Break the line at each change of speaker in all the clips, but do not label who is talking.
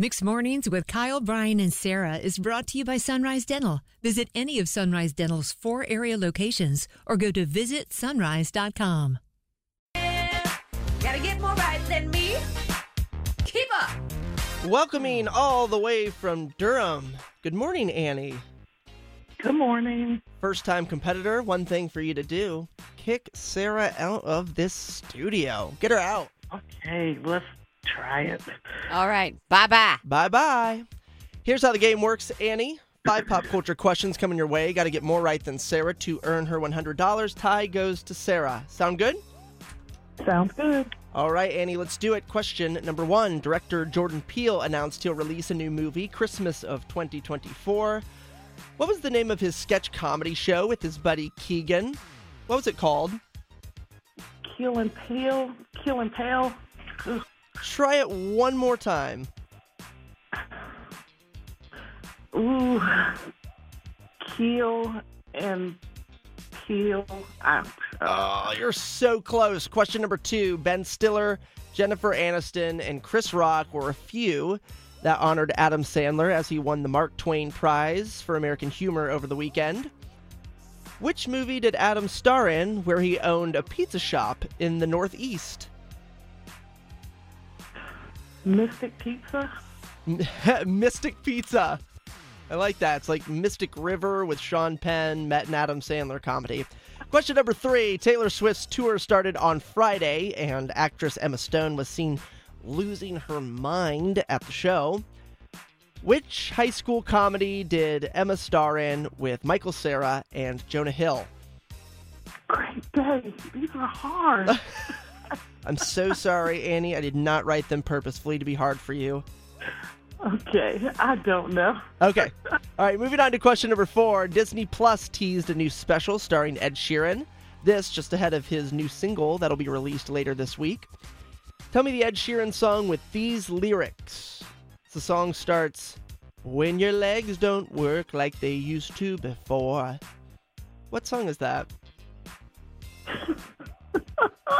Mixed Mornings with Kyle, Brian, and Sarah is brought to you by Sunrise Dental. Visit any of Sunrise Dental's four area locations or go to visitsunrise.com.
Gotta get more right than me. Keep up.
Welcoming all the way from Durham. Good morning, Annie.
Good morning.
First time competitor, one thing for you to do kick Sarah out of this studio. Get her out.
Okay, let's try it.
All right. Bye bye.
Bye bye. Here's how the game works, Annie. Five pop culture questions coming your way. Got to get more right than Sarah to earn her $100. Tie goes to Sarah. Sound good?
Sounds good.
All right, Annie, let's do it. Question number one Director Jordan Peele announced he'll release a new movie Christmas of 2024. What was the name of his sketch comedy show with his buddy Keegan? What was it called?
Keel and peel, keel and pale. Ugh.
Try it one more time.
Ooh, keel and peel. I, uh,
Oh, you're so close. Question number two Ben Stiller, Jennifer Aniston, and Chris Rock were a few that honored Adam Sandler as he won the Mark Twain Prize for American Humor over the weekend. Which movie did Adam star in where he owned a pizza shop in the Northeast?
Mystic Pizza.
Mystic Pizza. I like that. It's like Mystic River with Sean Penn, Matt and Adam Sandler comedy. Question number three Taylor Swift's tour started on Friday, and actress Emma Stone was seen losing her mind at the show. Which high school comedy did Emma star in with Michael Sarah and Jonah Hill?
Great day. These are hard.
I'm so sorry, Annie. I did not write them purposefully to be hard for you.
okay, I don't know.
Okay. All right, moving on to question number four. Disney Plus teased a new special starring Ed Sheeran. This just ahead of his new single that'll be released later this week. Tell me the Ed Sheeran song with these lyrics. The song starts When your legs don't work like they used to before. What song is that?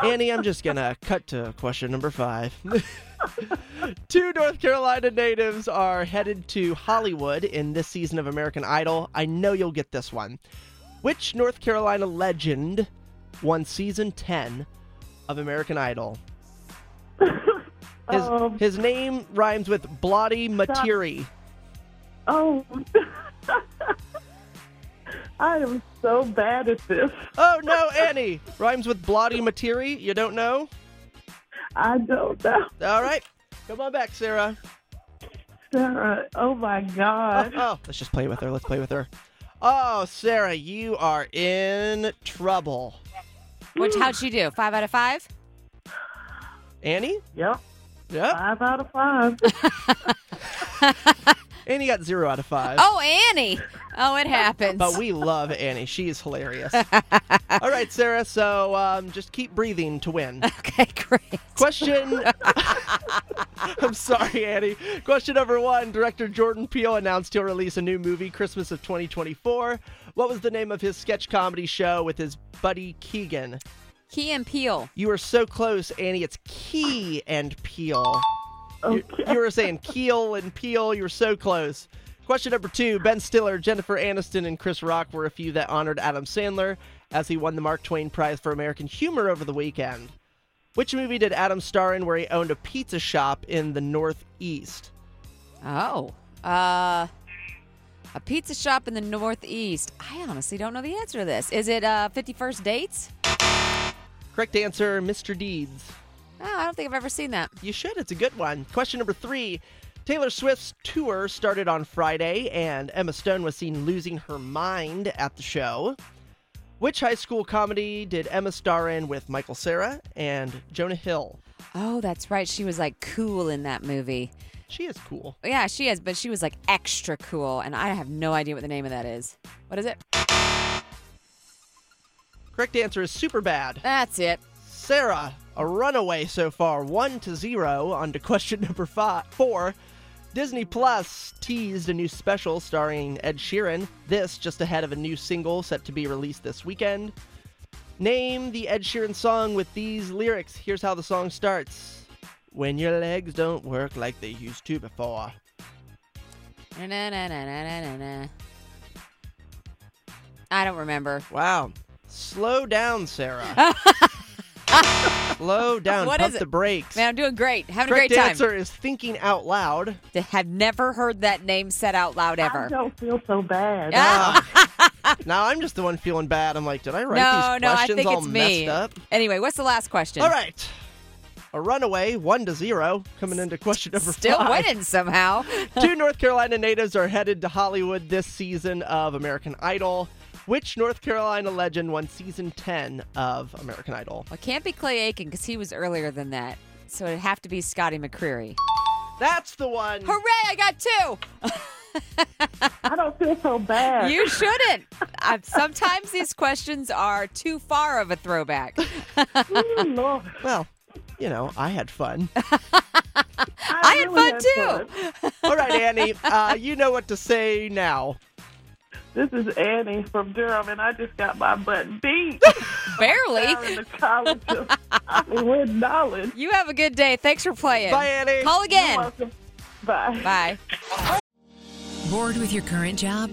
Annie, I'm just gonna cut to question number five. Two North Carolina natives are headed to Hollywood in this season of American Idol. I know you'll get this one. Which North Carolina legend won season 10 of American Idol? His,
Um,
his name rhymes with Bloody Materi.
Oh. I am so bad at this.
Oh no, Annie! Rhymes with Bloody Materi. You don't know?
I don't know.
All right. Come on back, Sarah.
Sarah, oh my
Oh,
God.
oh, let's just play with her. Let's play with her. Oh, Sarah, you are in trouble.
Which how'd she do? Five out of five?
Annie?
Yep,
Yep.
five out of five.
Annie got zero out of five.
Oh, Annie. Oh, it happens.
But we love Annie. She is hilarious. All right, Sarah. So um, just keep breathing to win.
okay, great.
Question. I'm sorry, Annie. Question number one Director Jordan Peele announced he'll release a new movie Christmas of 2024. What was the name of his sketch comedy show with his buddy Keegan?
Key and Peel.
You are so close, Annie. It's Key and Peel. You-
Okay.
You were saying Keel and Peel. You were so close. Question number two Ben Stiller, Jennifer Aniston, and Chris Rock were a few that honored Adam Sandler as he won the Mark Twain Prize for American Humor over the weekend. Which movie did Adam star in where he owned a pizza shop in the Northeast?
Oh. Uh a pizza shop in the northeast. I honestly don't know the answer to this. Is it uh 51st dates?
Correct answer Mr. Deeds.
No, I don't think I've ever seen that.
You should. It's a good one. Question number three Taylor Swift's tour started on Friday, and Emma Stone was seen losing her mind at the show. Which high school comedy did Emma star in with Michael Sarah and Jonah Hill?
Oh, that's right. She was like cool in that movie.
She is cool.
Yeah, she is, but she was like extra cool, and I have no idea what the name of that is. What is it?
Correct answer is super bad.
That's it.
Sarah, a runaway so far, one to zero. On to question number five, four. Disney Plus teased a new special starring Ed Sheeran. This just ahead of a new single set to be released this weekend. Name the Ed Sheeran song with these lyrics. Here's how the song starts When your legs don't work like they used to before.
Na-na-na-na-na-na-na. I don't remember.
Wow. Slow down, Sarah. Slow down.
What
Pump
is it?
the brakes.
Man, I'm doing great. Having
Correct
a great
answer is thinking out loud.
time. Have never heard that name said out loud
I
ever.
don't feel so bad.
Ah. now I'm just the one feeling bad. I'm like, did I write
No,
these
no, I
questions
think
all
it's me.
messed up?
Anyway, what's the last question?
All right. A runaway, one to zero, coming into question number
Still
five.
winning somehow.
Two North Carolina natives are headed to Hollywood this season of American Idol. Which North Carolina legend won season 10 of American Idol?
Well, it can't be Clay Aiken because he was earlier than that. So it'd have to be Scotty McCreery.
That's the one.
Hooray, I got two.
I don't feel so bad.
You shouldn't. I, sometimes these questions are too far of a throwback.
Ooh, Lord.
Well, you know, I had fun.
I,
I had
really
fun too.
All right, Annie, uh, you know what to say now.
This is Annie from Durham, and I just got my butt beat down
Barely.
in the college of Hollywood knowledge.
You have a good day. Thanks for playing.
Bye, Annie.
Call
You're
again.
welcome. Bye.
Bye.
Bored with your current job?